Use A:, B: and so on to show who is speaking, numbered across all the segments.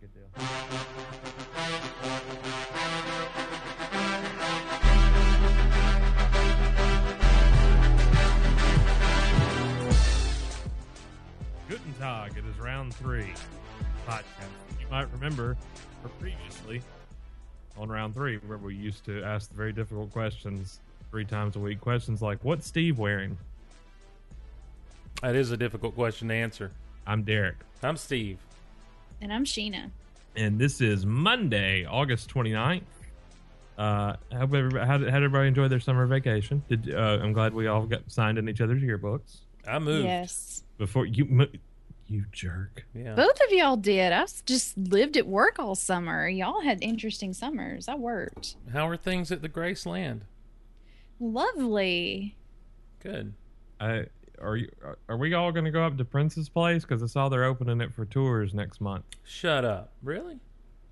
A: deal. Guten Tag. It is round three podcast. You might remember from previously on round three where we used to ask very difficult questions three times a week. Questions like, "What's Steve wearing?"
B: That is a difficult question to answer.
A: I'm Derek.
B: I'm Steve.
C: And I'm Sheena.
A: and this is Monday, August 29th. Uh, hope everybody, how did, how did everybody enjoy their summer vacation? Did uh, I'm glad we all got signed in each other's yearbooks
B: I moved.
C: Yes.
A: before you, mo- you jerk.
B: Yeah.
C: Both of y'all did. I s- just lived at work all summer. Y'all had interesting summers. I worked.
B: How are things at the Graceland?
C: Lovely.
B: Good.
A: I, are you? are- Are we all going to go up to Prince's place? Because I saw they're opening it for tours next month.
B: Shut up. Really?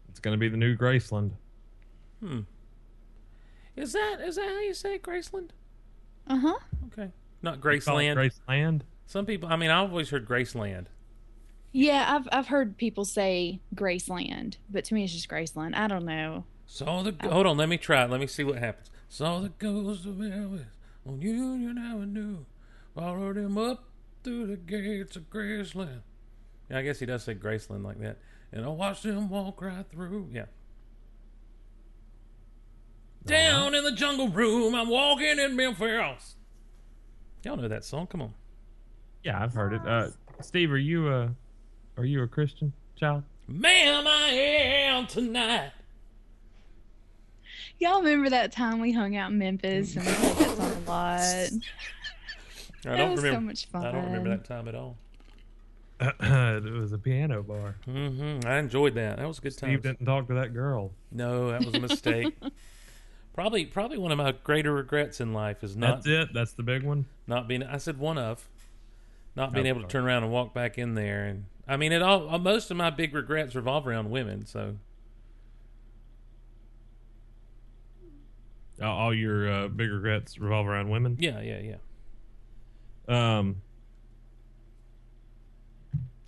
A: It's going to be the new Graceland.
B: Hmm. Is that is that how you say it, Graceland?
C: Uh huh.
B: Okay. Not
A: You call it
B: Graceland.
A: Graceland.
B: Some people. I mean, I've always heard Graceland.
C: Yeah, I've I've heard people say Graceland, but to me it's just Graceland. I don't know.
B: So the hold on. Let me try. it. Let me see what happens. So the ghost of Elvis on Union Avenue followed him up through the gates of Graceland. Yeah, I guess he does say Graceland like that. And I watched him walk right through. Yeah. Down in the jungle room, I'm walking in Ben Ferrell's. Y'all know that song. Come on.
A: Yeah, I've heard it. Uh, Steve, are you a, are you a Christian child?
B: Ma'am, I am tonight.
C: Y'all remember that time we hung out in Memphis and we had that song a lot?
B: I
C: That
B: don't
C: was so
B: remember.
C: much
B: I don't remember
C: fun.
B: that time at all.
A: it was a piano bar.
B: hmm I enjoyed that. That was a good time.
A: Steve didn't talk to that girl.
B: No, that was a mistake. probably, probably one of my greater regrets in life is not
A: That's it. That's the big one.
B: not being. I said one of, not being
A: Oh,
B: able to
A: sorry.
B: turn around and walk back in there. And I mean, it all. uh, Most of my big regrets revolve around women. So
A: Uh, all your uh, big regrets revolve around women.
B: yeah, yeah, yeah.
A: Um,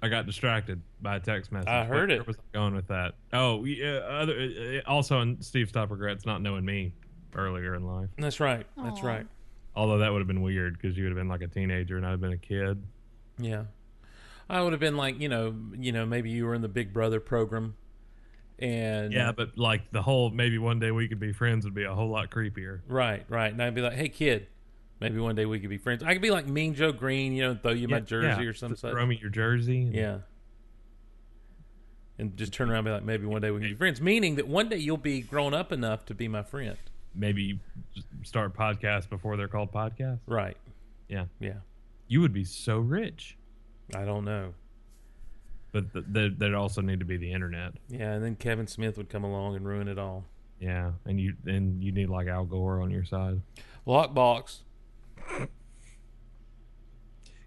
A: I got distracted by a text message.
B: I heard
A: Where- Where
B: it.
A: was I going with that? Oh, yeah. Other, uh, also, in Steve's top regrets not knowing me earlier in life.
B: That's right. That's
C: Aw.
B: right.
A: Although that would have been weird because you would have been like a teenager and I'd have been a kid.
B: Yeah, I would have been like, you know, you know, maybe you were in the Big Brother program, and
A: Yeah, but like the whole maybe one day we could be friends would be a whole lot creepier.
B: right, right. And I'd be like, hey, kid. Maybe one day we could be friends. I could be like Mean Joe Green, you know, and throw you my jersey or some
A: Just
B: such.
A: Throw me your jersey. and-
B: Yeah. And just turn around and be like, maybe one day we can be friends. Meaning that one day you'll be grown up enough to be my friend.
A: Maybe you just start podcasts before they're called podcasts.
B: Right.
A: Yeah.
B: Yeah.
A: You would be so rich.
B: I don't know.
A: But th- th- there'd also need to be the internet.
B: Yeah. And then Kevin Smith would come along and ruin it all.
A: Yeah, and you and you need like Al Gore on your side.
B: Lockbox.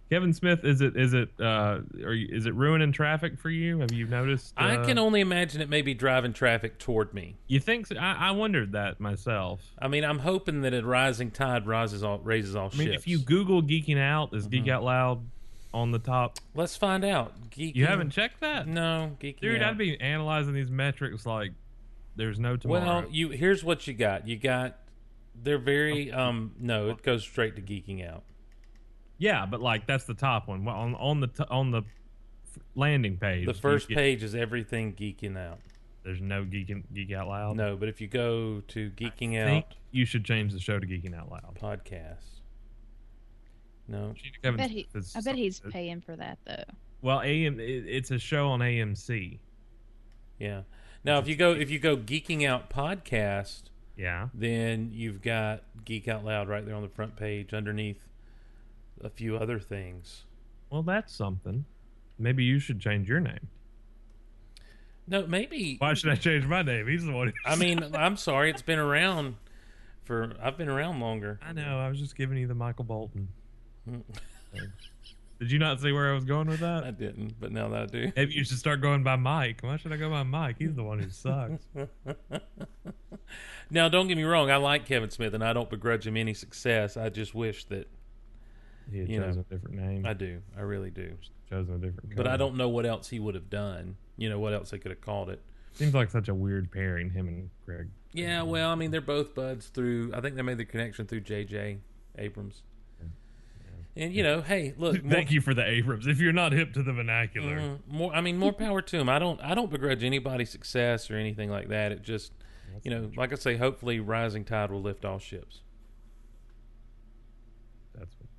A: Kevin Smith, is it is it uh, are you, is it ruining traffic for you? Have you noticed?
B: I
A: uh,
B: can only imagine it may be driving traffic toward me.
A: You think? So? I, I wondered that myself.
B: I mean, I'm hoping that a rising tide rises all, raises all
A: I mean,
B: ships. Mm-hmm.
A: if you Google geeking out, is geek out loud on the top?
B: Let's find out. Geeky.
A: You haven't checked that,
B: No, geeky.
A: dude.
B: out.
A: I'd be analyzing these metrics like there's no tomorrow.
B: Well, you here's what you got. You got. They're very. Um. No, it goes straight to geeking out.
A: yeah, but like that's the top one Well, on on the t- on the f- landing page.
B: The
A: you
B: first
A: get-
B: page is everything geeking out.
A: There's no geeking geek out loud.
B: No, but if you go to Geeking
A: Oh. I think
B: Out
A: you should change the show to geeking out loud.
B: podcast. No.
A: She-
C: I
A: Kevin
C: bet, he,
A: Smith is
C: I bet he's
A: something-
C: paying for that though.
A: Well, AM. it- It's a show on AMC.
B: Yeah. Now if you go if you go Geeking Out podcast,
A: Yeah.
B: then you've got Geek Out Loud right there on the front page underneath a few other things.
A: Well, that's something. Maybe you should change your name.
B: No, maybe
A: Why should I change my name? He's the one.
B: I mean, I'm sorry, it's been around for I've been around longer.
A: I know. I was just giving you the Michael Bolton. Did you not see where I was going with
B: I
A: that?
B: didn't, but now that I do.
A: Maybe you should start going by Mike. Why should I go by Mike? He's the one who sucks.
B: Now, don't get me wrong. I like Kevin Smith, and I don't begrudge him any success. I just wish that
A: He had
B: You know,
A: chosen a different name.
B: I do. I really do.
A: chosen a different.
B: But I
A: color.
B: don't know what else he would have done. you know what else they could have called it.
A: Seems like such a weird pairing, him and Greg.
B: Yeah,
A: Mm-hmm.
B: well, I mean, they're both buds through. I think they made the connection through J.J. Abrams. And you know, hey, look, more,
A: Thank you for the Abrams. If you're not hip to the vernacular,
B: mm, more. I mean, more power to them. I don't. I don't begrudge anybody success or anything like that. It just, you know, like I say, hopefully, rising tide will lift all ships.
A: that's what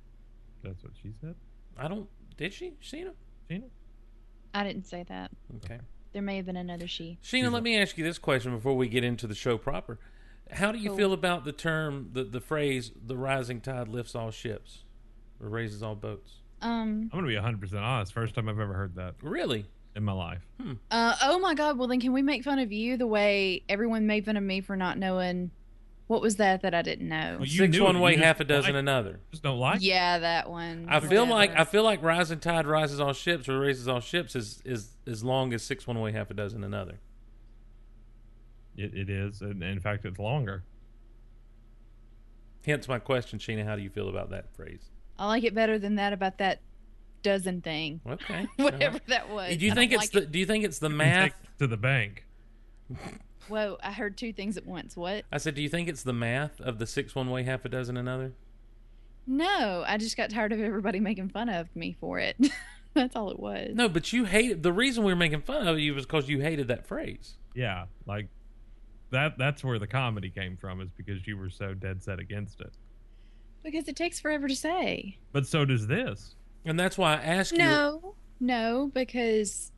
A: that's what she said.
B: I don't. Did she, Sheena?
A: Gina,
C: I didn't say that.
B: Okay.
C: There may have been another she.
B: Sheena, let me ask you this question before we get into the show proper. How do you
C: Cool.
B: feel about the term, the, the phrase, the rising tide lifts all ships or raises all boats?
C: Um.
A: I'm gonna be 100 percent honest. First time I've ever heard that
B: Really?
A: in my life.
C: Uh. Oh my God. Well, then can we make fun of you the way everyone made fun of me for not knowing what was that that I didn't know?
A: Well, you
B: Six
A: knew
B: one
A: it.
B: way,
A: You just
B: half a dozen
A: lied.
B: another.
A: Just don't like. it.
C: yeah, that one.
B: I feel
C: whatever.
B: like I feel like rising tide rises all ships or raises all ships is is as long as six one way, half a dozen another.
A: It, it is, and in fact, it's longer.
B: Hence my question, Sheena. How do you feel about that phrase?
C: I like it better than that about that dozen thing.
B: Okay,
C: Whatever that
B: Uh,
C: was.
B: Do you
C: I
B: think
C: don't
B: it's
C: like
B: the Do you think it's the
A: You can
B: math?
A: take it to the bank.
C: it. Whoa, I heard two things at once. What?
B: I said, do you think it's the math of the six one way, half a dozen another?
C: No, I just got tired of everybody making fun of me for it. That's all it was.
B: No, but you hated the reason we were making fun of you was because you hated that phrase.
A: Yeah, like that. That's where the comedy came from, is because you were so dead set against it.
C: Because it takes forever to say.
A: But so does this.
B: And that's why I asked you.
C: No, no, because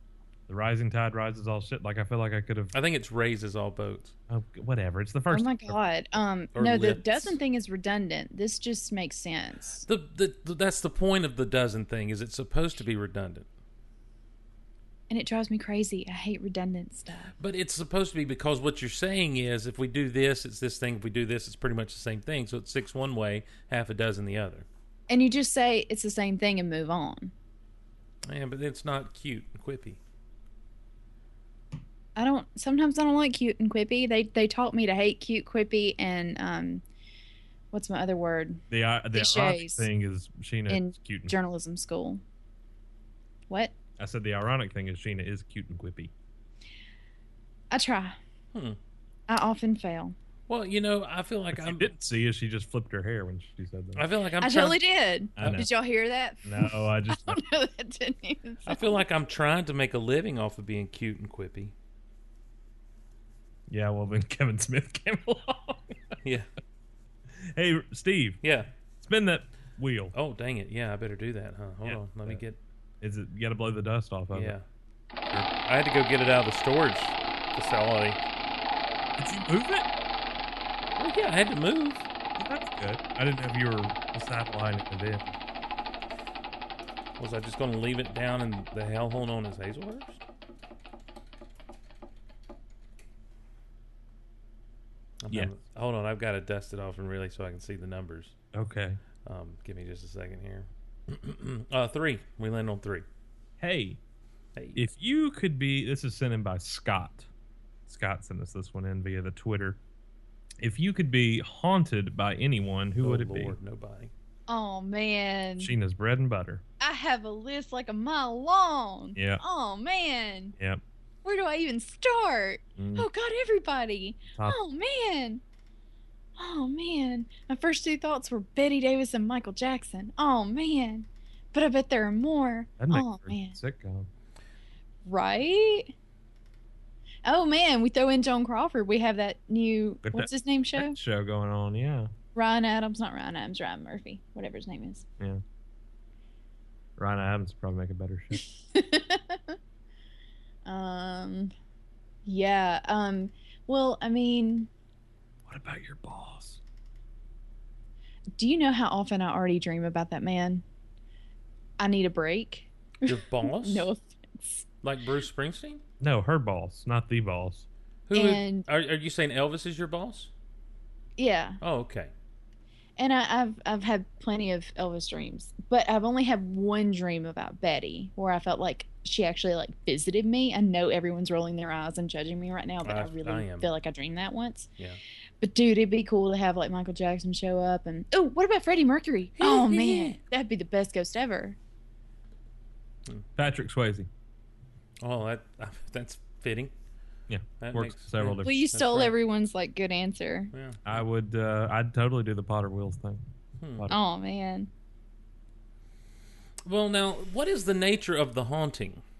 A: The rising tide rises all shit. Like I feel like I could have.
B: I think it's raises all boats.
A: Oh, whatever. It's the first.
C: oh my god, um,
B: or
C: no, the
B: lifts.
C: dozen thing is redundant. This just makes sense.
B: The, the, the that's the point of the dozen thing is it's supposed to be redundant,
C: And it drives me crazy. I hate redundant stuff.
B: but it's supposed to be because what you're saying is if we do this, it's this thing. If we do this, it's pretty much the same thing. So it's six one way, half a dozen the other.
C: And you just say it's the same thing and move on.
B: Yeah, but it's not cute and quippy.
C: I don't. Sometimes I don't like cute and quippy. They they taught me to hate cute, quippy, and um, what's my other word?
A: The uh, the ironic
C: Clichés.
A: thing is Sheena
C: In
A: is cute. And,
C: Journalism school. What?
A: I said the ironic thing is Sheena is cute and quippy.
C: I try.
B: Hmm.
C: I often fail.
B: Well, you know, I feel like
A: What you
B: I'm.
A: didn't see is she just flipped her hair when she said that.
B: Um, I feel like I'm.
C: i
B: trying-
C: totally did.
A: I know.
C: Did y'all hear that?
A: no, I just
C: I don't know. That didn't even.
B: I feel like I'm trying to make a living off of being cute and quippy.
A: yeah. Well, then Kevin Smith came along.
B: Yeah,
A: hey, Steve,
B: yeah.
A: spin that wheel.
B: Oh, dang it. Yeah, I better do that, huh? Hold
A: Yeah.
B: on. Let me
A: Yeah.
B: get.
A: Is it? You got to blow the dust off of
B: Yeah.
A: it.
B: I had to go get it out of the storage facility.
A: Did you move it?
B: Well, yeah, I had to move.
A: That's good. I didn't know if you were sidelining it in.
B: Was I just going to leave it down in the hellhole known as Hazelhurst? I'm
A: Yeah.
B: having- Hold on. I've got to dust it off and really so I can see the numbers.
A: Okay.
B: Um, give me just a second here. uh, three. We land on three.
A: Hey,
B: Hey.
A: if you could be, this is sent in by Scott. Scott sent us this one in via the Twitter. If you could be haunted by anyone, who
B: Oh,
A: would it
B: Lord, Nobody.
C: Oh man,
A: be? Sheena's bread and butter.
C: I have a list like a mile long.
A: Yeah.
C: Oh man,
A: Yep.
C: where do I even start?
A: Mm,
C: Oh God, everybody.
A: top-
C: Oh man. Oh man. My first two thoughts were Betty Davis and Michael Jackson. Oh man. But I bet there are more.
A: that'd make
C: Oh
A: for a
C: man.
A: sitcom.
C: Right? Oh man, we throw in Joan Crawford. We have that new
A: But
C: what's his name show?
A: That show going on, yeah.
C: Ryan Adams, not Ryan Adams, Ryan Murphy, whatever his name is.
A: Ryan Adams would probably make a better show.
C: um yeah, um well, I mean,
A: what about your boss?
C: do you know how often I already dream about that man? I need a break.
B: Your boss?
C: No offense.
B: Like Bruce Springsteen?
A: No, her boss, not the boss.
B: Who is-
C: And-
B: are, are you saying Elvis is your boss?
C: Yeah,
B: Oh, okay.
C: and I, I've I've had plenty of Elvis dreams, but I've only had one dream about Betty where I felt like she actually like visited me. I know everyone's rolling their eyes and judging me right now, but I,
B: I-
C: really
B: I am.
C: feel like I dreamed that once.
B: Yeah.
C: But dude, it'd be cool to have like Michael Jackson show up and oh, what about Freddie Mercury? oh man, that'd be the best ghost ever.
A: Patrick Swayze.
B: Oh, that that's fitting.
A: Yeah,
B: That
A: works
B: makes-
A: several
B: yeah.
A: different.
C: Well, you
B: That's
C: stole
B: right.
C: everyone's like good answer.
B: Yeah.
A: I would. Uh, I'd totally do the Potter wheels thing.
B: Hmm.
A: Potter-
C: Oh man.
B: Well, now, what is the nature of the haunting?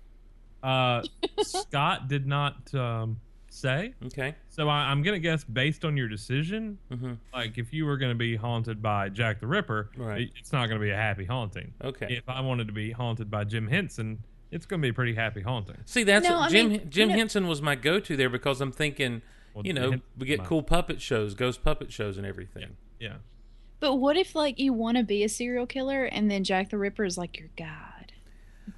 A: Uh, Scott did not um, say,
B: Okay.
A: so I, I'm gonna guess based on your decision.
B: hmm
A: Like, if you were gonna be haunted by Jack the Ripper,
B: Right.
A: it- it's not gonna be a happy haunting.
B: Okay.
A: If I wanted to be haunted by Jim Henson, it's gonna be a pretty happy haunting.
B: See, that's
C: No, I
B: Jim.
C: mean,
B: Jim
C: you know-
B: Henson was my go-to there because I'm thinking,
A: Well,
B: you
A: Jim
B: know,
A: Henson's
B: we get
A: my-
B: cool puppet shows, ghost puppet shows, and everything.
A: Yeah.
C: But what if like you want to be a serial killer and then Jack the Ripper is like your god?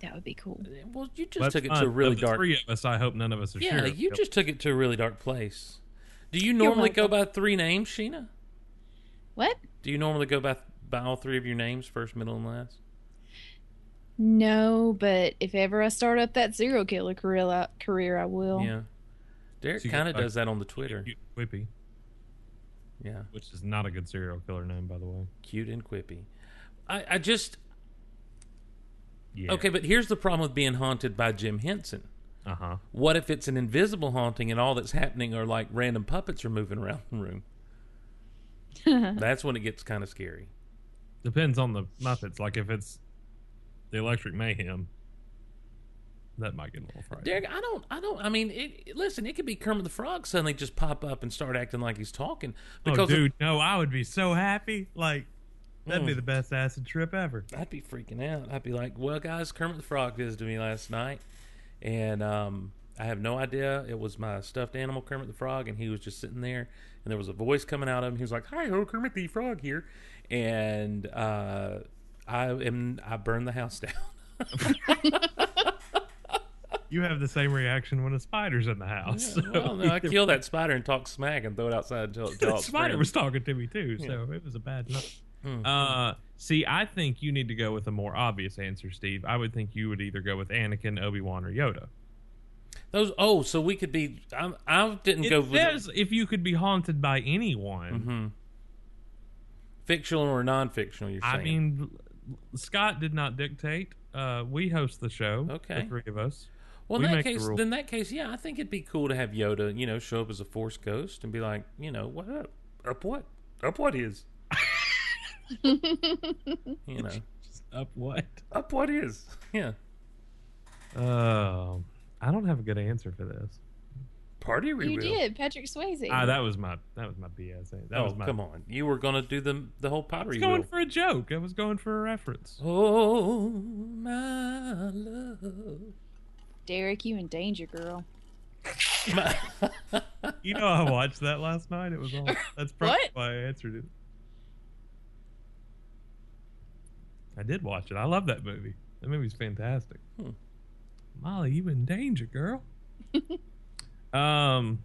C: That would be cool.
B: Well, you just
A: That's
B: took it
A: fine.
B: to a really
A: Of the
B: dark.
A: Three of us. I hope none of us are
B: yeah,
A: sure.
B: you just took it to a really dark place. Do you normally go by three names, Sheena?
C: What?
B: Do you normally go by by all three of your names, first, middle, and last?
C: No, but if ever I start up that serial killer career, I, career, I will.
B: Yeah. Derek
A: So you uh, go
B: kind of
A: back-
B: does that on the Twitter.
A: Cute Quippy,
B: Yeah.
A: which is not a good serial killer name, by the way.
B: Cute and quippy. I, I just
A: Yeah.
B: okay, but here's the problem with being haunted by Jim Henson.
A: Uh huh.
B: What if it's an invisible haunting and all that's happening are like random puppets are moving around the room? That's when it gets kind of scary.
A: Depends on the Muppets. Like if it's the Electric Mayhem, that might get a little frightening.
B: Derek, I don't, I don't. I mean, it, it- listen, it could be Kermit the Frog suddenly just pop up and start acting like he's talking because
A: oh, dude, no, I would be so happy. Like that'd be
B: Mm.
A: the best acid trip ever.
B: I'd be freaking out. I'd be like, "Well, guys, Kermit the Frog visited me last night, and um, I have no idea. It was my stuffed animal, Kermit the Frog, and he was just sitting there, and there was a voice coming out of him. He was like, "Hi, ho, Kermit the Frog here," and uh, I am I burned the house down.
A: You have the same reaction when a spider's in the house.
B: Yeah, well, no, I
A: either-
B: kill that spider and talk smack and throw it outside and tell it to
A: the
B: all its
A: spider
B: friends.
A: was talking to me too, so it was a bad night.
B: Hmm.
A: Uh, see, I think you need to go with a more obvious answer, Steve. I would think you would either go with Anakin, Obi Wan, or Yoda.
B: Those oh, so we could be. I, I didn't go
A: It
B: with
A: says if you could be haunted by anyone.
B: Mhm. fictional or non-fictional. You're saying?
A: I mean, Scott did not dictate. Uh, we host the show.
B: Okay.
A: the three of us.
B: Well,
A: We
B: in that
A: make the
B: case,
A: rules.
B: then that case, yeah, I think it'd be cool to have Yoda, you know, show up as a Force ghost and be like, you know, what up, up what, up what is, you know,
A: Up what?
B: up what is, yeah,
A: Uh, I don't have a good answer for this.
B: party reveal.
C: you did, Patrick Swayze.
A: Ah, that was my that was my BS. That
B: oh,
A: was my.
B: come on, you were gonna do the the
A: I
B: whole
A: was
B: pottery
A: going
B: wheel.
A: for a joke. I was going for a reference.
B: Oh my love,
C: Derek, you in danger, girl.
B: My-
A: You know, I watched that last night. It was on. That's probably
C: What?
A: why I answered it. I did watch it. I love that movie. That movie's fantastic.
B: Hmm.
A: Molly, you in danger, girl. um,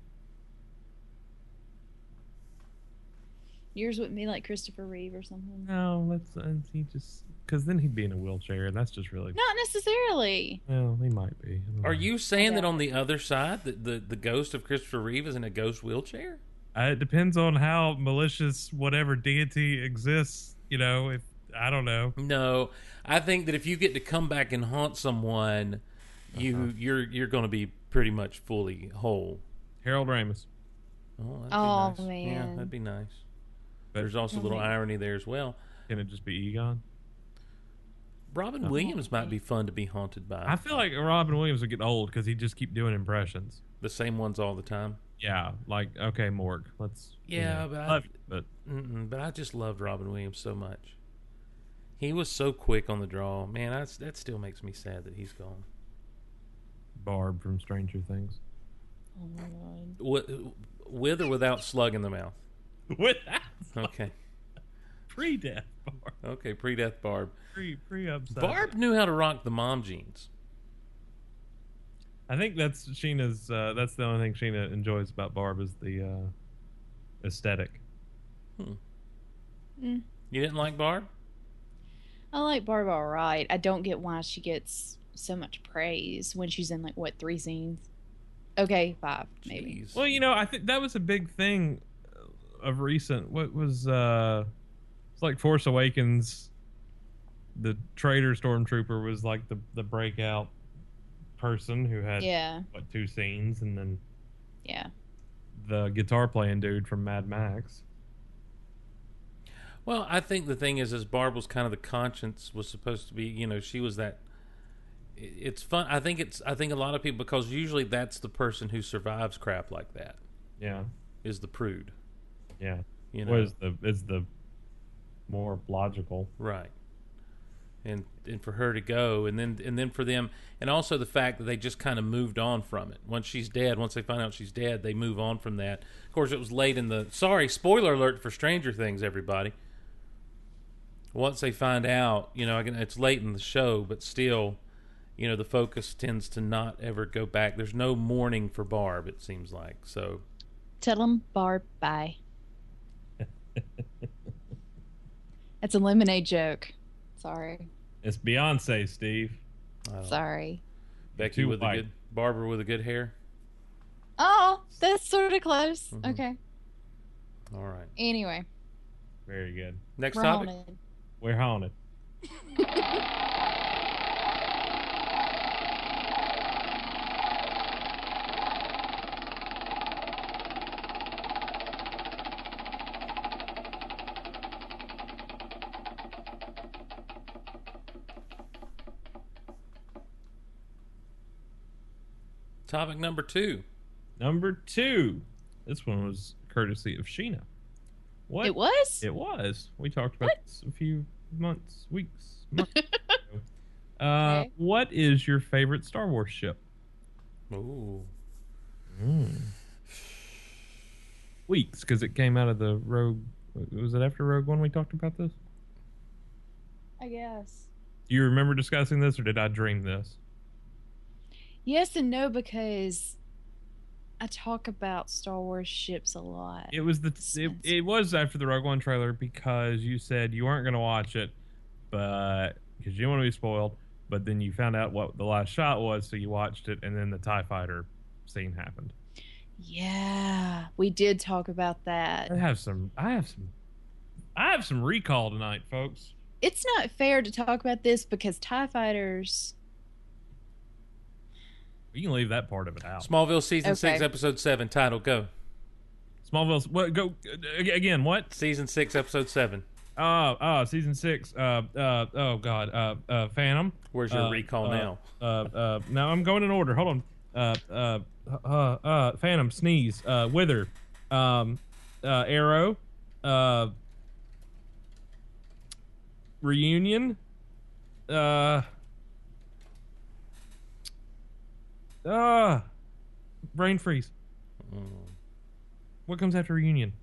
C: Yours wouldn't be like Christopher Reeve or something.
A: no, let's. Uh, he just because then he'd be in a wheelchair, and that's just really.
C: Not necessarily.
A: Well, he might be. I don't
B: Are
A: know.
B: you saying that
C: Yeah.
B: on the other side, that the the ghost of Christopher Reeve is in a ghost wheelchair?
A: Uh, it depends on how malicious whatever deity exists. You know, if I don't know.
B: No, I think that if you get to come back and haunt someone, you you're you're going to be pretty much fully whole.
A: Harold Ramis.
B: Oh, that'd
C: Oh,
B: be nice. yeah,
C: man.
B: that'd be nice.
A: But-
B: There's also a little
C: Mhm.
B: irony there as well.
A: Can it just be Egon?
B: Robin Williams might be fun to be haunted by.
A: I feel like Robin Williams would get old because he'd just keep doing impressions.
B: the same ones all the time.
A: Yeah, like okay, Morg. Let's. you
B: Yeah,
A: know,
B: but I-
A: love you, but
B: Mm-mm, but I just loved Robin Williams so much. He was so quick on the draw, man. I, that still makes me sad that he's gone.
A: Barb from Stranger Things.
C: Oh my god.
B: Wi- With or without slug in the mouth.
A: With
B: Okay,
A: pre-death Barb,
B: okay. Pre-death Barb.
A: pre pre upside.
B: Barb knew how to rock the mom jeans.
A: I think that's Sheena's. Uh, that's the only thing Sheena enjoys about Barb is the uh, aesthetic.
C: Mm.
B: You didn't like Barb?
C: I like Barb all right. I don't get why she gets so much praise when she's in like what three scenes? Okay, five maybe.
B: Jeez.
A: Well, you know, I think that was a big thing of recent. What was uh it's like Force Awakens the traitor stormtrooper was like the the breakout person who had
C: yeah,
A: what two scenes, and then
C: yeah.
A: the guitar playing dude from Mad Max.
B: Well, I think the thing is, is Barb was kind of the conscience was supposed to be. You know, she was that. i- It's fun. I think it's. I think a lot of people because usually that's the person who survives crap like that
A: Yeah,
B: is the prude.
A: yeah.
B: You know,
A: What is the is the more logical?
B: right? And and for her to go, and then and then for them, and also the fact that they just kind of moved on from it. Once she's dead, once they find out she's dead, they move on from that. Of course, it was late in the. Sorry, spoiler alert for Stranger Things, everybody. once they find out, you know, I can, it's late in the show, but still, you know, the focus tends to not ever go back. There's no mourning for Barb, it seems like. So,
C: Tell them Barb bye. That's a lemonade joke. Sorry,
A: It's Beyonce, Steve.
B: uh,
C: sorry.
B: Becky
A: Too
B: with a
A: white.
B: good, Barbara with a good hair.
C: Oh, that's sort of close.
B: Mhm.
C: Okay.
B: All right.
C: Anyway,
A: Very good.
B: Next
C: we're
B: topic.
C: on it.
A: We're haunted.
B: Topic number two.
A: Number two. This one was courtesy of Sheena. What?
C: It was.
A: It was. We talked about this a few months, weeks, months ago. Uh,
C: Okay.
A: What is your favorite Star Wars ship?
B: Ooh.
A: Weeks, because it came out of the Rogue. Was it after Rogue One we talked about this?
C: I guess.
A: Do you remember discussing this, or did I dream this?
C: Yes and no because I talk about Star Wars ships a lot.
A: It was the. It,
C: Suspense.
A: it was after the Rogue One trailer because you said you weren't going to watch it, but because you didn't want to be spoiled. But then you found out what the last shot was, so you watched it, and then the Tie Fighter scene happened.
C: Yeah, we did talk about that.
A: I have some. I have some. I have some recall tonight, folks.
C: It's not fair to talk about this because TIE fighters.
A: You can leave that part of it out.
B: Smallville season six,
C: Okay.
B: episode seven. Title go.
A: Smallville's. What? Go ag- again. What?
B: Season six, episode seven.
A: Oh, oh, season six. Uh, uh, oh God. Uh, uh, Phantom.
B: Where's your
A: Uh,
B: recall
A: uh,
B: now?
A: Uh, uh. Now I'm going in order. Hold on. Uh, uh, uh, uh. Phantom. Sneeze. Uh, Wither. Um, uh, Arrow. Uh, Reunion. Uh. Uh, brain freeze.
B: Mm.
A: What comes after Reunion?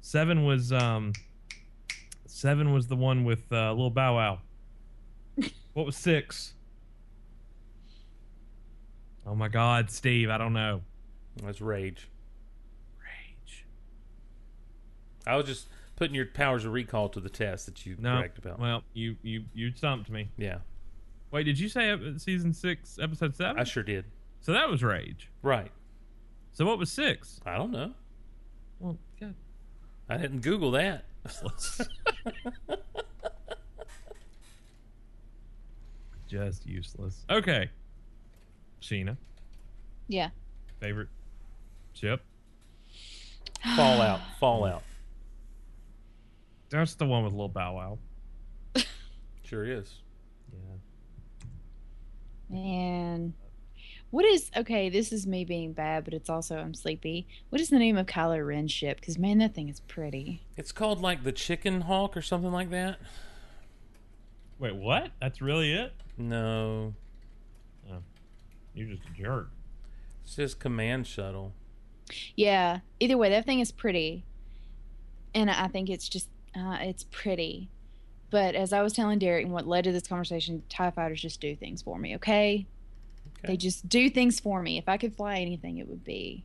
A: Seven was um. Seven was the one with uh, Little Bow Wow. what was six? Oh my God, Steve! I don't know.
B: That's rage.
A: Rage.
B: I was just putting your powers of recall to the test that you
A: No.
B: bragged about.
A: Well, you you you stumped me.
B: yeah,
A: Wait, did you say ep- season six, episode seven?
B: I sure did.
A: so that was Rage.
B: Right.
A: So what was six?
B: I don't know.
A: Well, God.
B: I didn't Google that.
A: Just useless. Okay. Sheena,
C: Yeah.
A: favorite ship.
B: Fallout. Fallout.
A: That's the one with Little Bow Wow.
B: Sure is.
A: Yeah.
C: Man. What is okay? This is me being bad, but it's also I'm sleepy. What is the name of Kylo Ren's ship? Because man, that thing is pretty.
B: It's called like the Chicken Hawk or something like that.
A: Wait, what? That's really it?
B: No,
A: You're just a jerk.
B: it's just Command Shuttle.
C: Yeah. Either way, that thing is pretty, and I think it's just uh, it's pretty. But as I was telling Derek, and what led to this conversation, Tie Fighters just do things for me. Okay.
B: Okay.
C: They just do things for me. If I could fly anything, it would be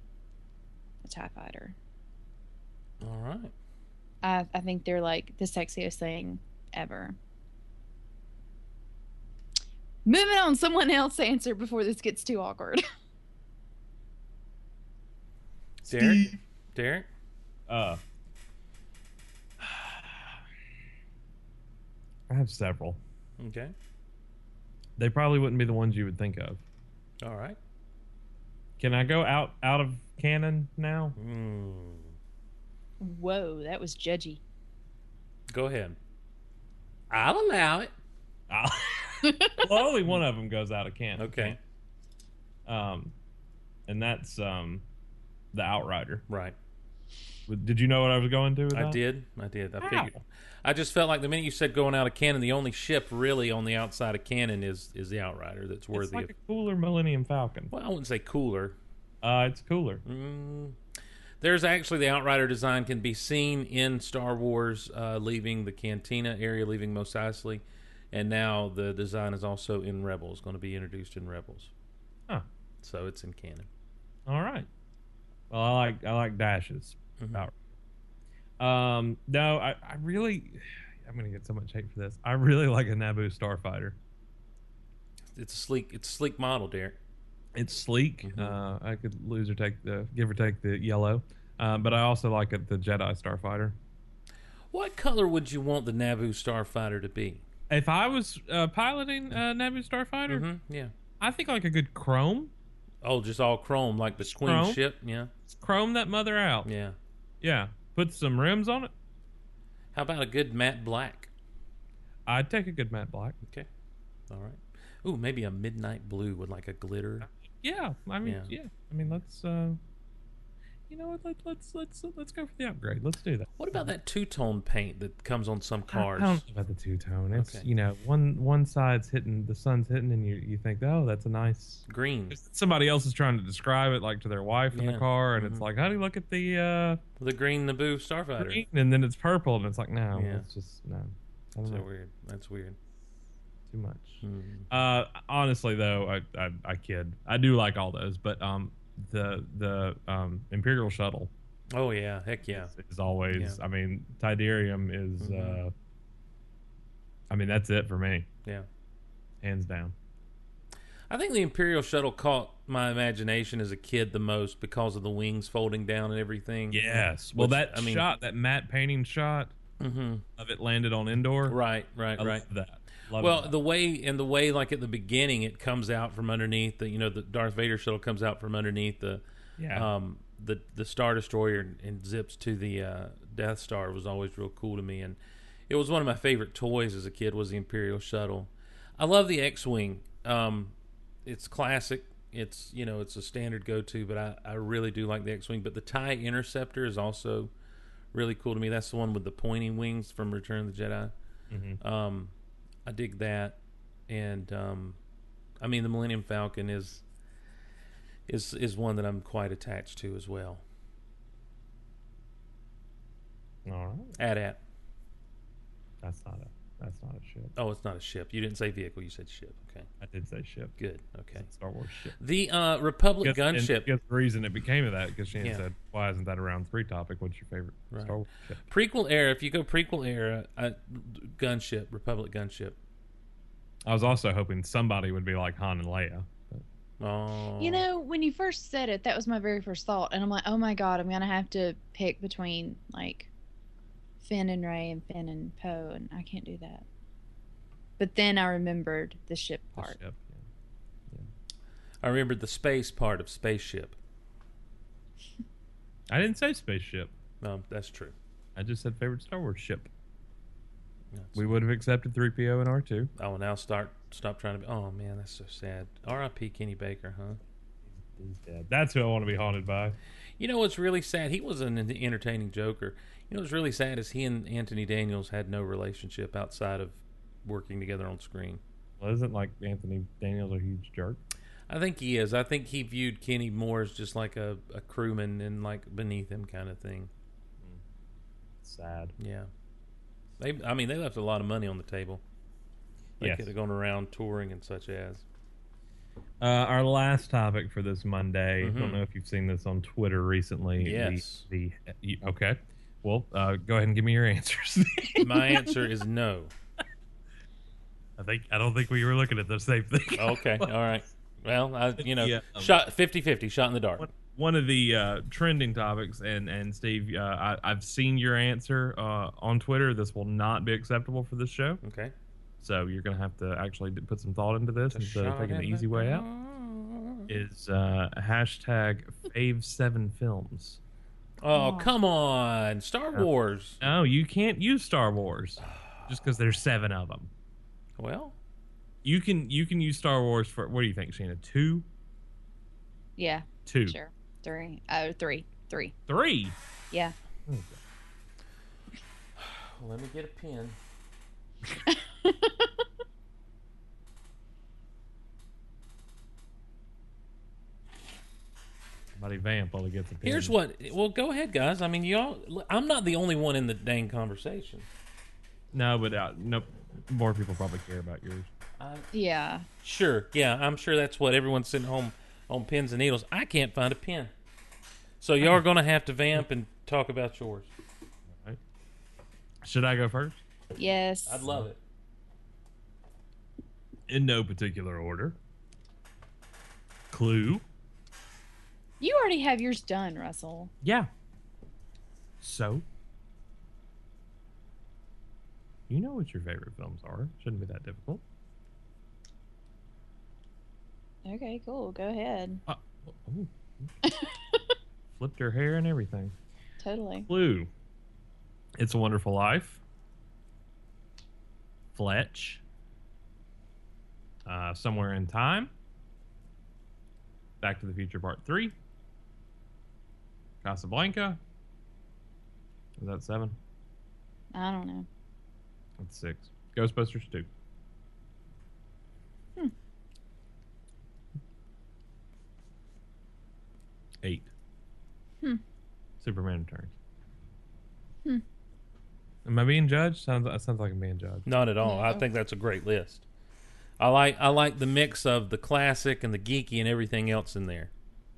C: a Tie Fighter.
B: All right.
C: I I think they're like the sexiest thing ever. Moving on, someone else answer before this gets too awkward.
B: Derek. Derek.
A: Uh. I have several.
B: Okay.
A: They probably wouldn't be the ones you would think of.
B: All right.
A: Can I go out out of canon now?
B: Mm.
C: Whoa, that was judgy.
B: Go ahead. I'll allow it.
A: Ah. well, only one of them goes out of canon.
B: Okay.
A: Um, and that's um, the Outrider.
B: Right.
A: Did you know what I was going to? With
B: I
A: that?
B: did. I did. I
A: Ow.
B: figured. I just felt like the minute you said going out of canon, the only ship really on the outside of canon is is the Outrider that's worthy
A: It's like
B: of.
A: a cooler Millennium Falcon.
B: Well, I wouldn't say cooler.
A: Uh, it's cooler.
B: Mm. There's actually the Outrider design can be seen in Star Wars, uh, leaving the Cantina area, leaving Mos Eisley, and now the design is also in Rebels, going to be introduced in Rebels.
A: Huh.
B: So it's in canon.
A: All right. Well, I like I like dashes.
B: Mhm.
A: Outrider. Um, no, I, I really I'm gonna get so much hate for this. I really like a Naboo starfighter.
B: It's a sleek. It's a sleek model, Derek.
A: It's sleek.
B: Mhm.
A: Uh, I could lose or take the give or take the yellow, uh, but I also like it, the Jedi starfighter.
B: What color would you want the Naboo starfighter to be?
A: If I was uh, piloting uh, Naboo starfighter,
B: hmm Yeah.
A: I think like a good chrome.
B: Oh, just all chrome, like the Queen
A: Chrome?
B: ship. Yeah,
A: Chrome that mother out.
B: yeah.
A: Yeah. Put some rims on it.
B: How about a good matte black?
A: I'd take a good matte black.
B: Okay, all right. Ooh, maybe a midnight blue with like a glitter.
A: Yeah, I mean,
B: Yeah.
A: yeah. I mean, let's. uh You know what? Let, let's let's let's go for the upgrade. Let's do that.
B: What about that two-tone paint that comes on some
A: I- I don't
B: cars?
A: know about the two tone. It's
B: Okay.
A: you know one one side's hitting the sun's hitting, and you you think oh that's a nice.
B: Green.
A: Somebody else is trying to describe it like to their wife in
B: Yeah.
A: the car, and
B: Mhm.
A: it's like honey, look at the
B: The green Naboo
A: uh
B: starfighter.
A: green, and then it's purple, and it's like no,
B: Yeah.
A: it's just no, I don't
B: So
A: know,
B: weird. That's weird.
A: too much.
B: Hmm.
A: Uh, honestly, though, I, I I kid. I do like all those, but um, the the um Imperial shuttle
B: Oh yeah, heck yeah.
A: is, is always. I mean, Tidarium is.
B: Mhm.
A: uh I mean, that's it for me,
B: Yeah.
A: hands down.
B: I think the Imperial shuttle caught my imagination as a kid the most because of the wings folding down and everything.
A: Yes. Well,
B: Which,
A: that
B: I mean-
A: shot, that matte painting shot
B: hmm
A: of it landed on Endor.
B: Right, right,
A: I
B: right.
A: love that. Love
B: well,
A: that.
B: the way and the way like at the beginning it comes out from underneath the you know the Darth Vader shuttle comes out from underneath the
A: yeah.
B: um the the star destroyer and, and zips to the uh, Death Star was always real cool to me and it was one of my favorite toys as a kid was the Imperial shuttle. I love the X-wing. Um, it's classic. It's you know it's a standard go-to, but I, I really do like the X-wing. But the Tie Interceptor is also really cool to me. That's the one with the pointing wings from Return of the Jedi.
A: Mhm.
B: Um, I dig that, and um, I mean the Millennium Falcon is is is one that I'm quite attached to as well.
A: All right.
B: At at
A: That's not a. That's not a ship.
B: oh, it's not a ship. You didn't say vehicle. You said ship. Okay,
A: I did say ship.
B: good. Okay.
A: It's a Star Wars ship.
B: The uh, Republic
A: Guess- and
B: gunship
A: Guess the reason it became of that because Shannon
B: Yeah.
A: said, "Why isn't that a round three topic? What's your favorite
B: Right.
A: Star Wars ship?"
B: prequel era. If you go prequel era, uh, gunship Republic gunship.
A: I was also hoping somebody would be like Han and Leia. But
B: Oh,
C: You know, when you first said it, that was my very first thought, and I'm like, oh my god, I'm gonna have to pick between like Finn and Ray and Finn and Poe, and I can't do that. But then I remembered the ship
A: the
B: Oh,
C: part.
A: ship,
B: I remember the space part of spaceship.
A: yeah. I didn't say spaceship.
B: Um, that's true.
A: I just said favorite Star Wars ship.
B: That's-
A: We would have accepted 3PO and R2.
B: I will now start stop trying to be. Oh man, that's so sad. R.I.P. Kenny Baker, huh?
A: He's dead. That's who I want to be haunted by.
B: You know what's really sad? He was an en- entertaining joker. You know what's really sad is he and Anthony Daniels had no relationship outside of working together on screen.
A: Well, isn't like Anthony Daniels a huge jerk?
B: I think he is. I think he viewed Kenny more as just like a, a crewman and like beneath him kind of thing.
A: Sad.
B: Yeah. They, I mean, they left a lot of money on the table. They
A: Yes.
B: could have gone around touring and such as.
A: Uh, our last topic for this Monday.
B: Mhm.
A: I don't know if you've seen this on Twitter recently.
B: Yes.
A: The, the you- okay. Well, uh, go ahead and give me your answers.
B: My answer is no.
A: I think I don't think we were looking at the same thing.
B: Okay. All right. Well, I, you know,
A: Yeah, um,
B: shot 50 50, shot in the dark.
A: One- one of the uh, trending topics, and and Steve, uh, I, I've seen your answer uh, on Twitter. This will not be acceptable for this show,
B: Okay.
A: so you're gonna have to actually d- put some thought into this instead of taking the easy way out. is uh, hashtag fave seven films.
B: Oh,
C: Oh.
B: come on. Star
A: Yeah.
B: Wars.
A: No, you can't use Star Wars just because there's seven of them.
B: Well,
A: You can you can use Star Wars for what do you think, Shana? Two,
C: Yeah,
A: two,
C: sure. Three. Oh, three. Three.
A: three. Oh,
C: Yeah.
B: let me get a pen.
A: Somebody vamp while he gets a pen.
B: Here's what. Well, go ahead, guys. I mean, y'all. I'm not the only one in the dang conversation.
A: No, but uh, nope. More people probably care about yours.
B: I,
C: Yeah.
B: Sure. Yeah, I'm sure that's what everyone's sitting home on pins and needles. I can't find a pin. So y'all are going to have to vamp and talk about yours.
A: Should I go first?
C: Yes.
B: I'd love it.
A: In no particular order. Clue.
C: you already have yours done, Russell.
A: Yeah. So? You know what your favorite films are. Shouldn't be that difficult.
C: Okay, cool. Go ahead.
A: Uh, oh, oh. Flipped her hair and everything.
C: Totally.
A: Clue. It's a Wonderful Life. Fletch. Uh, Somewhere in Time. Back to the Future Part 3. Casablanca. Is that seven?
C: I don't know.
A: That's six. Ghostbusters 2.
C: Hmm.
A: Eight.
C: Hmm.
A: Superman Returns.
C: Hmm.
A: Am I being judged? Sounds it sounds like I'm being judged.
B: Not at all. I
C: No.
B: think that's a great list. I like I like the mix of the classic and the geeky and everything else in there.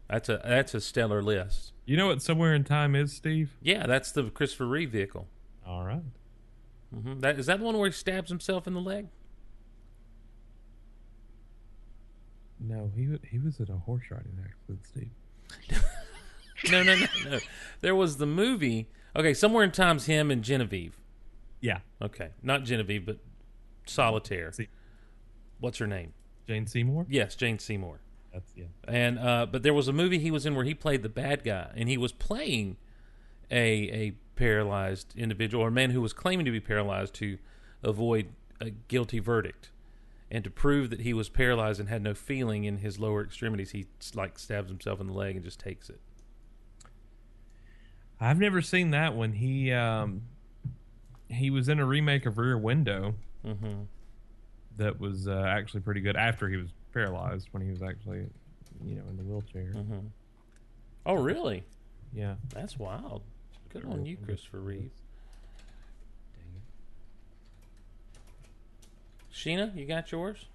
B: That's a that's a stellar list.
A: You know what Somewhere in Time is, Steve?
B: Yeah, that's the Christopher Reeve vehicle.
A: All right.
B: hmm That is that the one where he stabs himself in the leg?
A: No, he wa- he was at a horse riding accident, Steve.
B: No, no, no, no. There was the movie. Okay, somewhere in time's him and Genevieve.
A: Yeah.
B: Okay, not Genevieve, but Solitaire.
A: Se-
B: What's her name?
A: Jane Seymour?
B: Yes, Jane Seymour.
A: That's yeah.
B: And uh, but there was a movie he was in where he played the bad guy, and he was playing a a paralyzed individual or a man who was claiming to be paralyzed to avoid a guilty verdict, and to prove that he was paralyzed and had no feeling in his lower extremities, he like stabs himself in the leg and just takes it.
A: I've never seen that one. He um he was in a remake of Rear Window
B: Mm-hmm.
A: that was uh, actually pretty good after he was paralyzed when he was actually you know in the wheelchair.
B: Mm-hmm. Oh, really?
A: Yeah.
B: That's wild. Good on you, Christopher Reeve. Sheena, you got yours?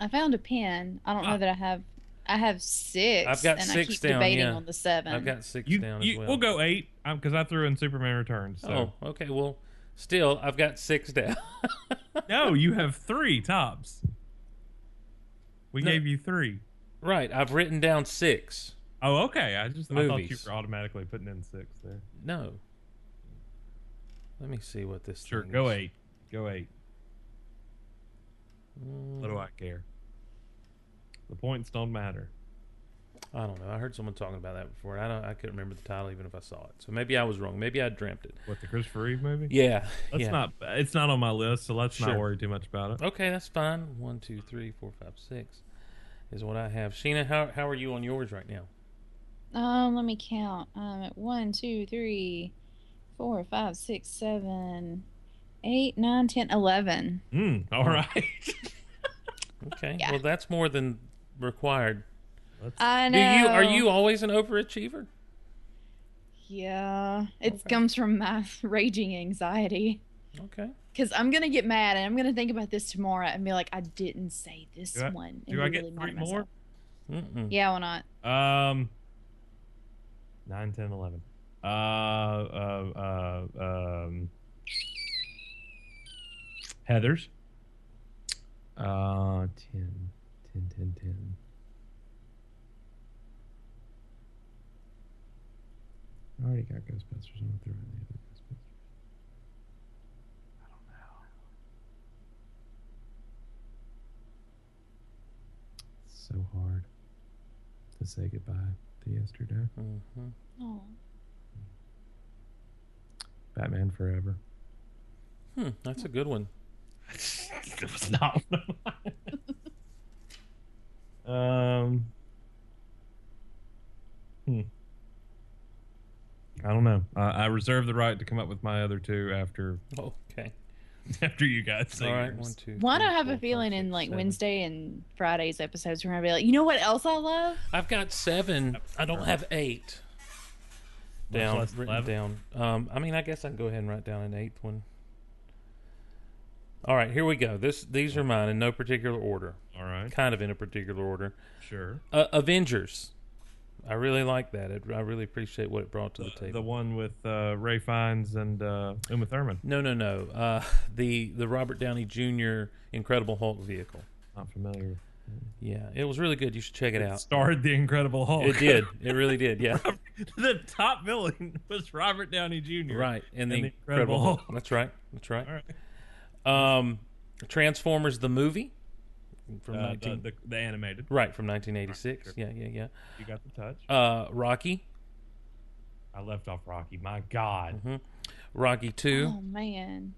C: I found a pen. I don't
A: Ah.
C: know that I have. I have six.
B: I've got
C: and
B: six
C: I keep
B: down,
C: debating
B: yeah.
C: on the seven.
B: I've got six
A: You,
B: down as
A: you
B: well.
A: we'll go eight because I threw in Superman Returns. So.
B: Oh, okay. Well, still, I've got six down.
A: No, you have three tops. We
B: No.
A: gave you three.
B: right. I've written down six.
A: Oh, okay. I just I thought you
B: Movies.
A: were automatically putting in six there.
B: No. Let me see what this.
A: Sure,
B: thing
A: go
B: is.
A: eight. Go eight.
B: Mm,
A: What do I care? The points don't matter.
B: I don't know. I heard someone talking about that before. I don't. I couldn't remember the title even if I saw it. So maybe I was wrong. Maybe I dreamt it.
A: What the Christopher Reeve movie?
B: Yeah.
A: Let's
B: yeah.
A: not. It's not on my list, so let's
B: Sure.
A: not worry too much about it.
B: Okay, that's fine. One, two, three, four, five, six is what I have. Sheena, how how are you on yours right now?
C: Um, let me count. Um, at one, two, three, four, five, six, seven, eight, nine, ten, eleven.
A: Mm, all
B: Oh.
A: right.
B: Okay.
C: Yeah.
B: Well, that's more than required.
C: I know.
B: Do you are you always an overachiever?
C: Yeah, it
B: Okay.
C: comes from my raging anxiety.
B: Okay.
C: Cause I'm gonna get mad and I'm gonna think about this tomorrow and be like, I didn't say this
A: Do I-
C: one. and
A: do
C: be
A: I get
C: really mad at
A: three more?
C: myself.
B: Mm-mm.
C: Yeah, why not?
A: Um, nine, ten, eleven. Uh, uh, uh, um, Heather's. Uh, 10, 10, 10, 10. I already got Ghostbusters. I'm throwing the other Ghostbusters. I don't know. It's so hard.
D: to say goodbye to yesterday.
B: hmm
C: Oh,
D: Batman Forever.
B: Hmm, that's a good one.
D: it was not one of mine. um. Hmm. I don't know. I, I reserve the right to come up with my other two after
B: Okay.
D: after you guys. Say
B: All right.
D: yours.
B: One, two.
C: why do
B: three,
C: I have
B: four,
C: a
B: five,
C: feeling in
B: six,
C: like
B: seven.
C: Wednesday and Friday's episodes we're gonna be like, you know what else I love?
B: I've got seven. I don't have eight.
A: Much
B: Down,
A: less
B: written
A: 11.
B: down. Um, I mean, I guess I can go ahead and write down an eighth one. All right, here we go. This, these are mine in no particular order.
A: All right.
B: Kind of in a particular order.
A: Sure.
B: Uh, Avengers. I really like that. It, I really appreciate what it brought to the
A: The,
B: table.
A: one with uh, Ray Fiennes and uh, Uma Thurman.
B: No, no, no. Uh, the the Robert Downey Jr. Incredible Hulk vehicle.
A: Not familiar. with-
B: Yeah, it was really good. You should check it out.
A: Starred the Incredible Hulk.
B: It did. It really did. Yeah.
A: the top villain was Robert Downey Jr.
B: Right. And, the,
A: And the
B: Incredible,
A: Incredible
B: Hulk.
A: Hulk.
B: That's right. That's right.
A: All right.
B: Um, Transformers the movie from
A: Uh,
B: 19
A: the, the, the animated.
B: right from 1986. Yeah, yeah,
A: You got the touch.
B: yeah. Uh, Rocky,
A: I left off Rocky. My God.
B: Mm-hmm. Rocky 2.
C: Oh man,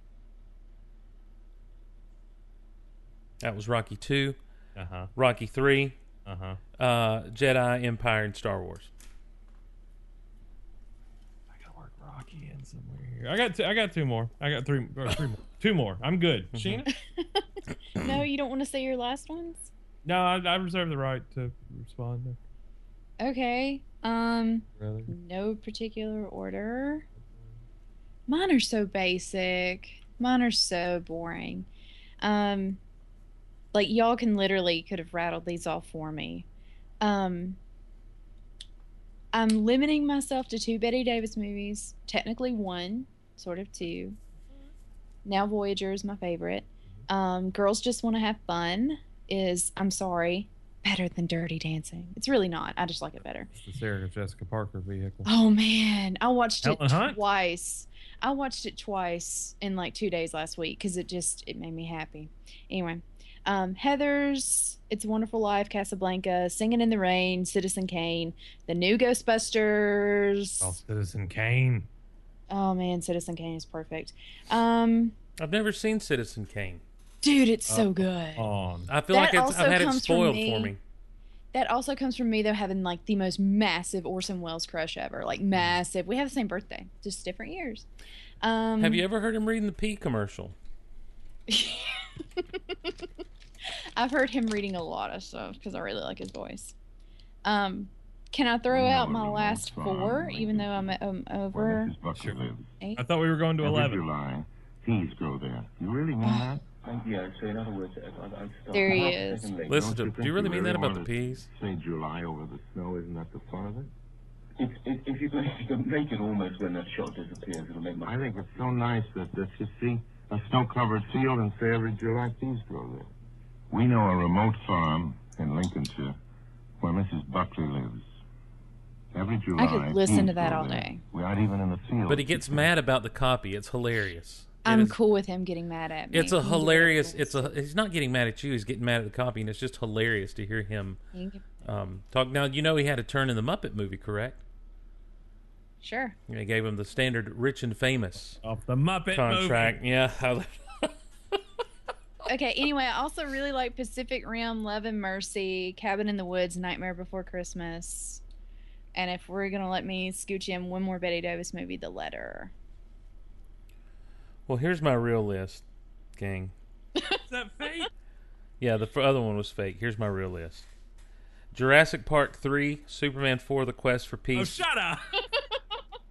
B: That was Rocky 2.
A: Uh huh.
B: Rocky 3,
A: Uh huh.
B: uh, Jedi Empire and Star Wars.
A: I gotta work Rocky in somewhere here. I got two, I got two more. I got three or three more. Two more. I'm good. Sheena?
C: no, you don't want to say your last ones.
A: No, I, I reserve the right to respond.
C: Okay. Um,
A: Rather.
C: no particular order. Mine are so basic. Mine are so boring. Um, like y'all can literally could have rattled these off for me. Um, I'm limiting myself to two Betty Davis movies. Technically one, sort of two. Now Voyager is my favorite. Um, Girls Just Want to Have Fun is, I'm sorry, better than Dirty Dancing. It's really not. I just like it better.
A: It's the Sarah Jessica Parker vehicle.
C: Oh man, I watched
A: Helen
C: it
A: Hunt?
C: twice. I watched it twice in like two days last week because it just it made me happy. Anyway, um, Heather's "It's a Wonderful Life," Casablanca, "Singing in the Rain," Citizen Kane, the new Ghostbusters.
A: Oh, Citizen Kane.
C: Oh man, Citizen Kane is perfect. Um,
B: I've never seen Citizen Kane.
C: dude, it's
A: Uh,
C: so good.
A: On.
B: I feel
C: That
B: like it's, I've
C: also
B: had it
C: comes from
B: spoiled
C: me.
B: for me.
C: That also comes from me though having like the most massive Orson Welles crush ever. Like
A: Mm-hmm.
C: massive. We have the same birthday, just different years. Um,
B: Have you ever heard him reading the pee commercial?
C: I've heard him reading a lot of stuff because I really like his voice. Um, can I throw out my last four, even though I'm um,
E: Where
C: over
E: Mrs. Buckley
A: Sure.
E: lives.
C: eight?
A: I thought we were going to
E: Every
A: 11.
E: July, peas grow there. You really mean
C: Ah.
E: that?
F: Yeah, so in other words, I, I, I stop.
C: There he is.
B: Listen
E: you
B: to. Do
E: think
B: you really
E: you
B: mean
E: really
B: that about the
E: wanted-
B: peas?
E: Say July over the snow, isn't that the fun of it?
F: If, if, if, you could, if you could make it almost when that shot disappears, it'll make my...
E: I think it's so nice that, that you see a snow-covered field and say every July peas grow there. We know a remote farm in Lincolnshire where Mrs. Buckley lives. Every July,
C: I could listen
E: peas
C: to that
E: grow
C: all
E: there.
C: day.
E: We're not even in the field.
B: But he gets mad about the copy. It's hilarious. It
C: I'm
B: is-
C: cool with him getting mad at me.
B: It's
C: He
B: a
C: can get
B: hilarious.
C: ridiculous.
B: It's a. He's not getting mad at you. He's getting mad at the copy, and it's just hilarious to hear him
C: He can-
B: um, talk. Now you know he had a turn in the Muppet movie, correct?
C: Sure.
B: They gave him the standard "rich and famous"
A: Off the Muppet
B: contract. Yeah, I-
C: Okay. Anyway, I also really like Pacific Rim, Love and Mercy, Cabin in the Woods, Nightmare Before Christmas, and if we're gonna let me scooch in one more Betty Davis movie, The Letter.
B: well, here's my real list, gang.
A: Movie. Is that fake?
B: Yeah, the f- other one was fake. Here's my real list: Jurassic Park three, Superman four, The Quest for
A: Oh,
B: Peace,
A: shut up.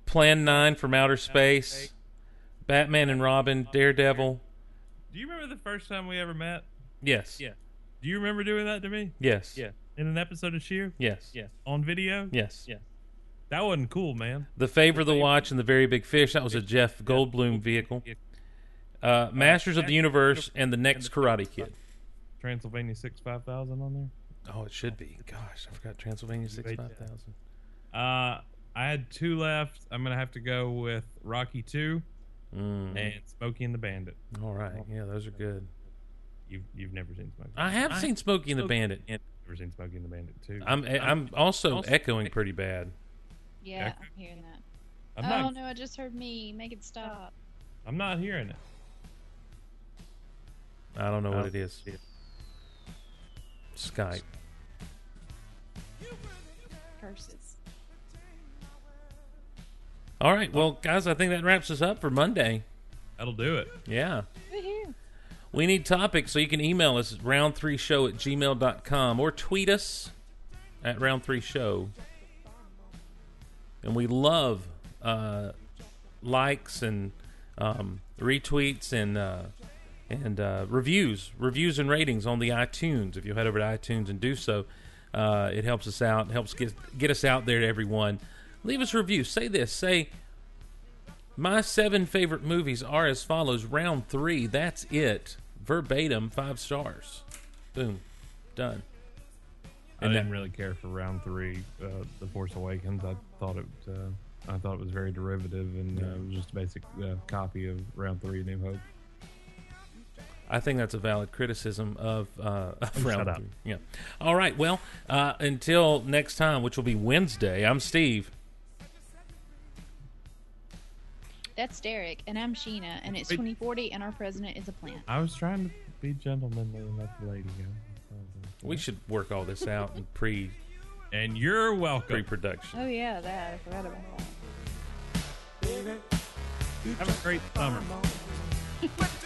B: Plan nine from Outer Space,
A: fake.
B: Batman and Robin, Daredevil.
A: Do you remember the first time we ever met?
B: Yes.
A: Yeah. Do you remember doing that to me?
B: Yes.
A: In an episode of Sheer?
B: Yes.
A: On video?
B: Yes. Yeah.
A: That wasn't cool, man.
B: The Favor of the Watch and The Very Big Fish. That was a Jeff Goldblum vehicle. Uh, Masters of the Universe and The Next Karate Kid.
A: Transylvania 65000 on there.
B: Oh, it should be. Gosh, I forgot Transylvania
A: made
B: 65000.
A: Uh, I had two left. I'm gonna have to go with Rocky Two
B: Mm.
A: and Smokey and the Bandit.
B: All right. Yeah, those are good.
A: You've you've never seen Smokey.
B: I have
A: I-
B: seen Smokey and the
A: Smokey
B: Bandit.
A: and never seen Smokey and the Bandit too.
B: I'm eh, I'm also,
A: Also-
B: echoing pretty bad.
C: Yeah,
A: Yeah.
C: I'm hearing that.
A: I'm
C: oh
A: not
C: no, I just heard me. Make it stop.
A: I'm not hearing it.
B: I don't know what
A: Oh.
B: it is. Skype.
C: Curses.
B: All right, well, guys, I think that wraps us up for Monday.
A: That'll do it.
B: Yeah.
C: Woohoo.
B: We need topics, so you can email us at round3show at gmail.com or tweet us at round3show. And we love uh, likes and um, retweets and uh, and uh, reviews, reviews and ratings on the iTunes. If you head over to iTunes and do so, uh, it helps us out, helps get, get us out there to everyone. Leave us a review. Say this. Say, my seven favorite movies are as follows round three, that's it. Verbatim, five stars. Boom. Done.
A: I
B: And that-
A: didn't really care for round three, uh, The Force Awakens. I thought it, uh, I thought it was very derivative and uh, it was just a basic uh, copy of round three, New Hope.
B: I think that's a valid criticism of, uh, of round
A: up.
B: three. Yeah. All right. Well, uh, until next time, which will be Wednesday, I'm Steve.
C: That's Derek, and I'm Sheena, and it's
A: Wait.
C: 2040, and our president is a plant.
A: I was trying to be gentlemanly and let the lady go.
B: We should work all this out in pre
A: And you're welcome.
B: pre production.
C: Oh yeah, that I forgot about that.
A: Have a great summer.
G: What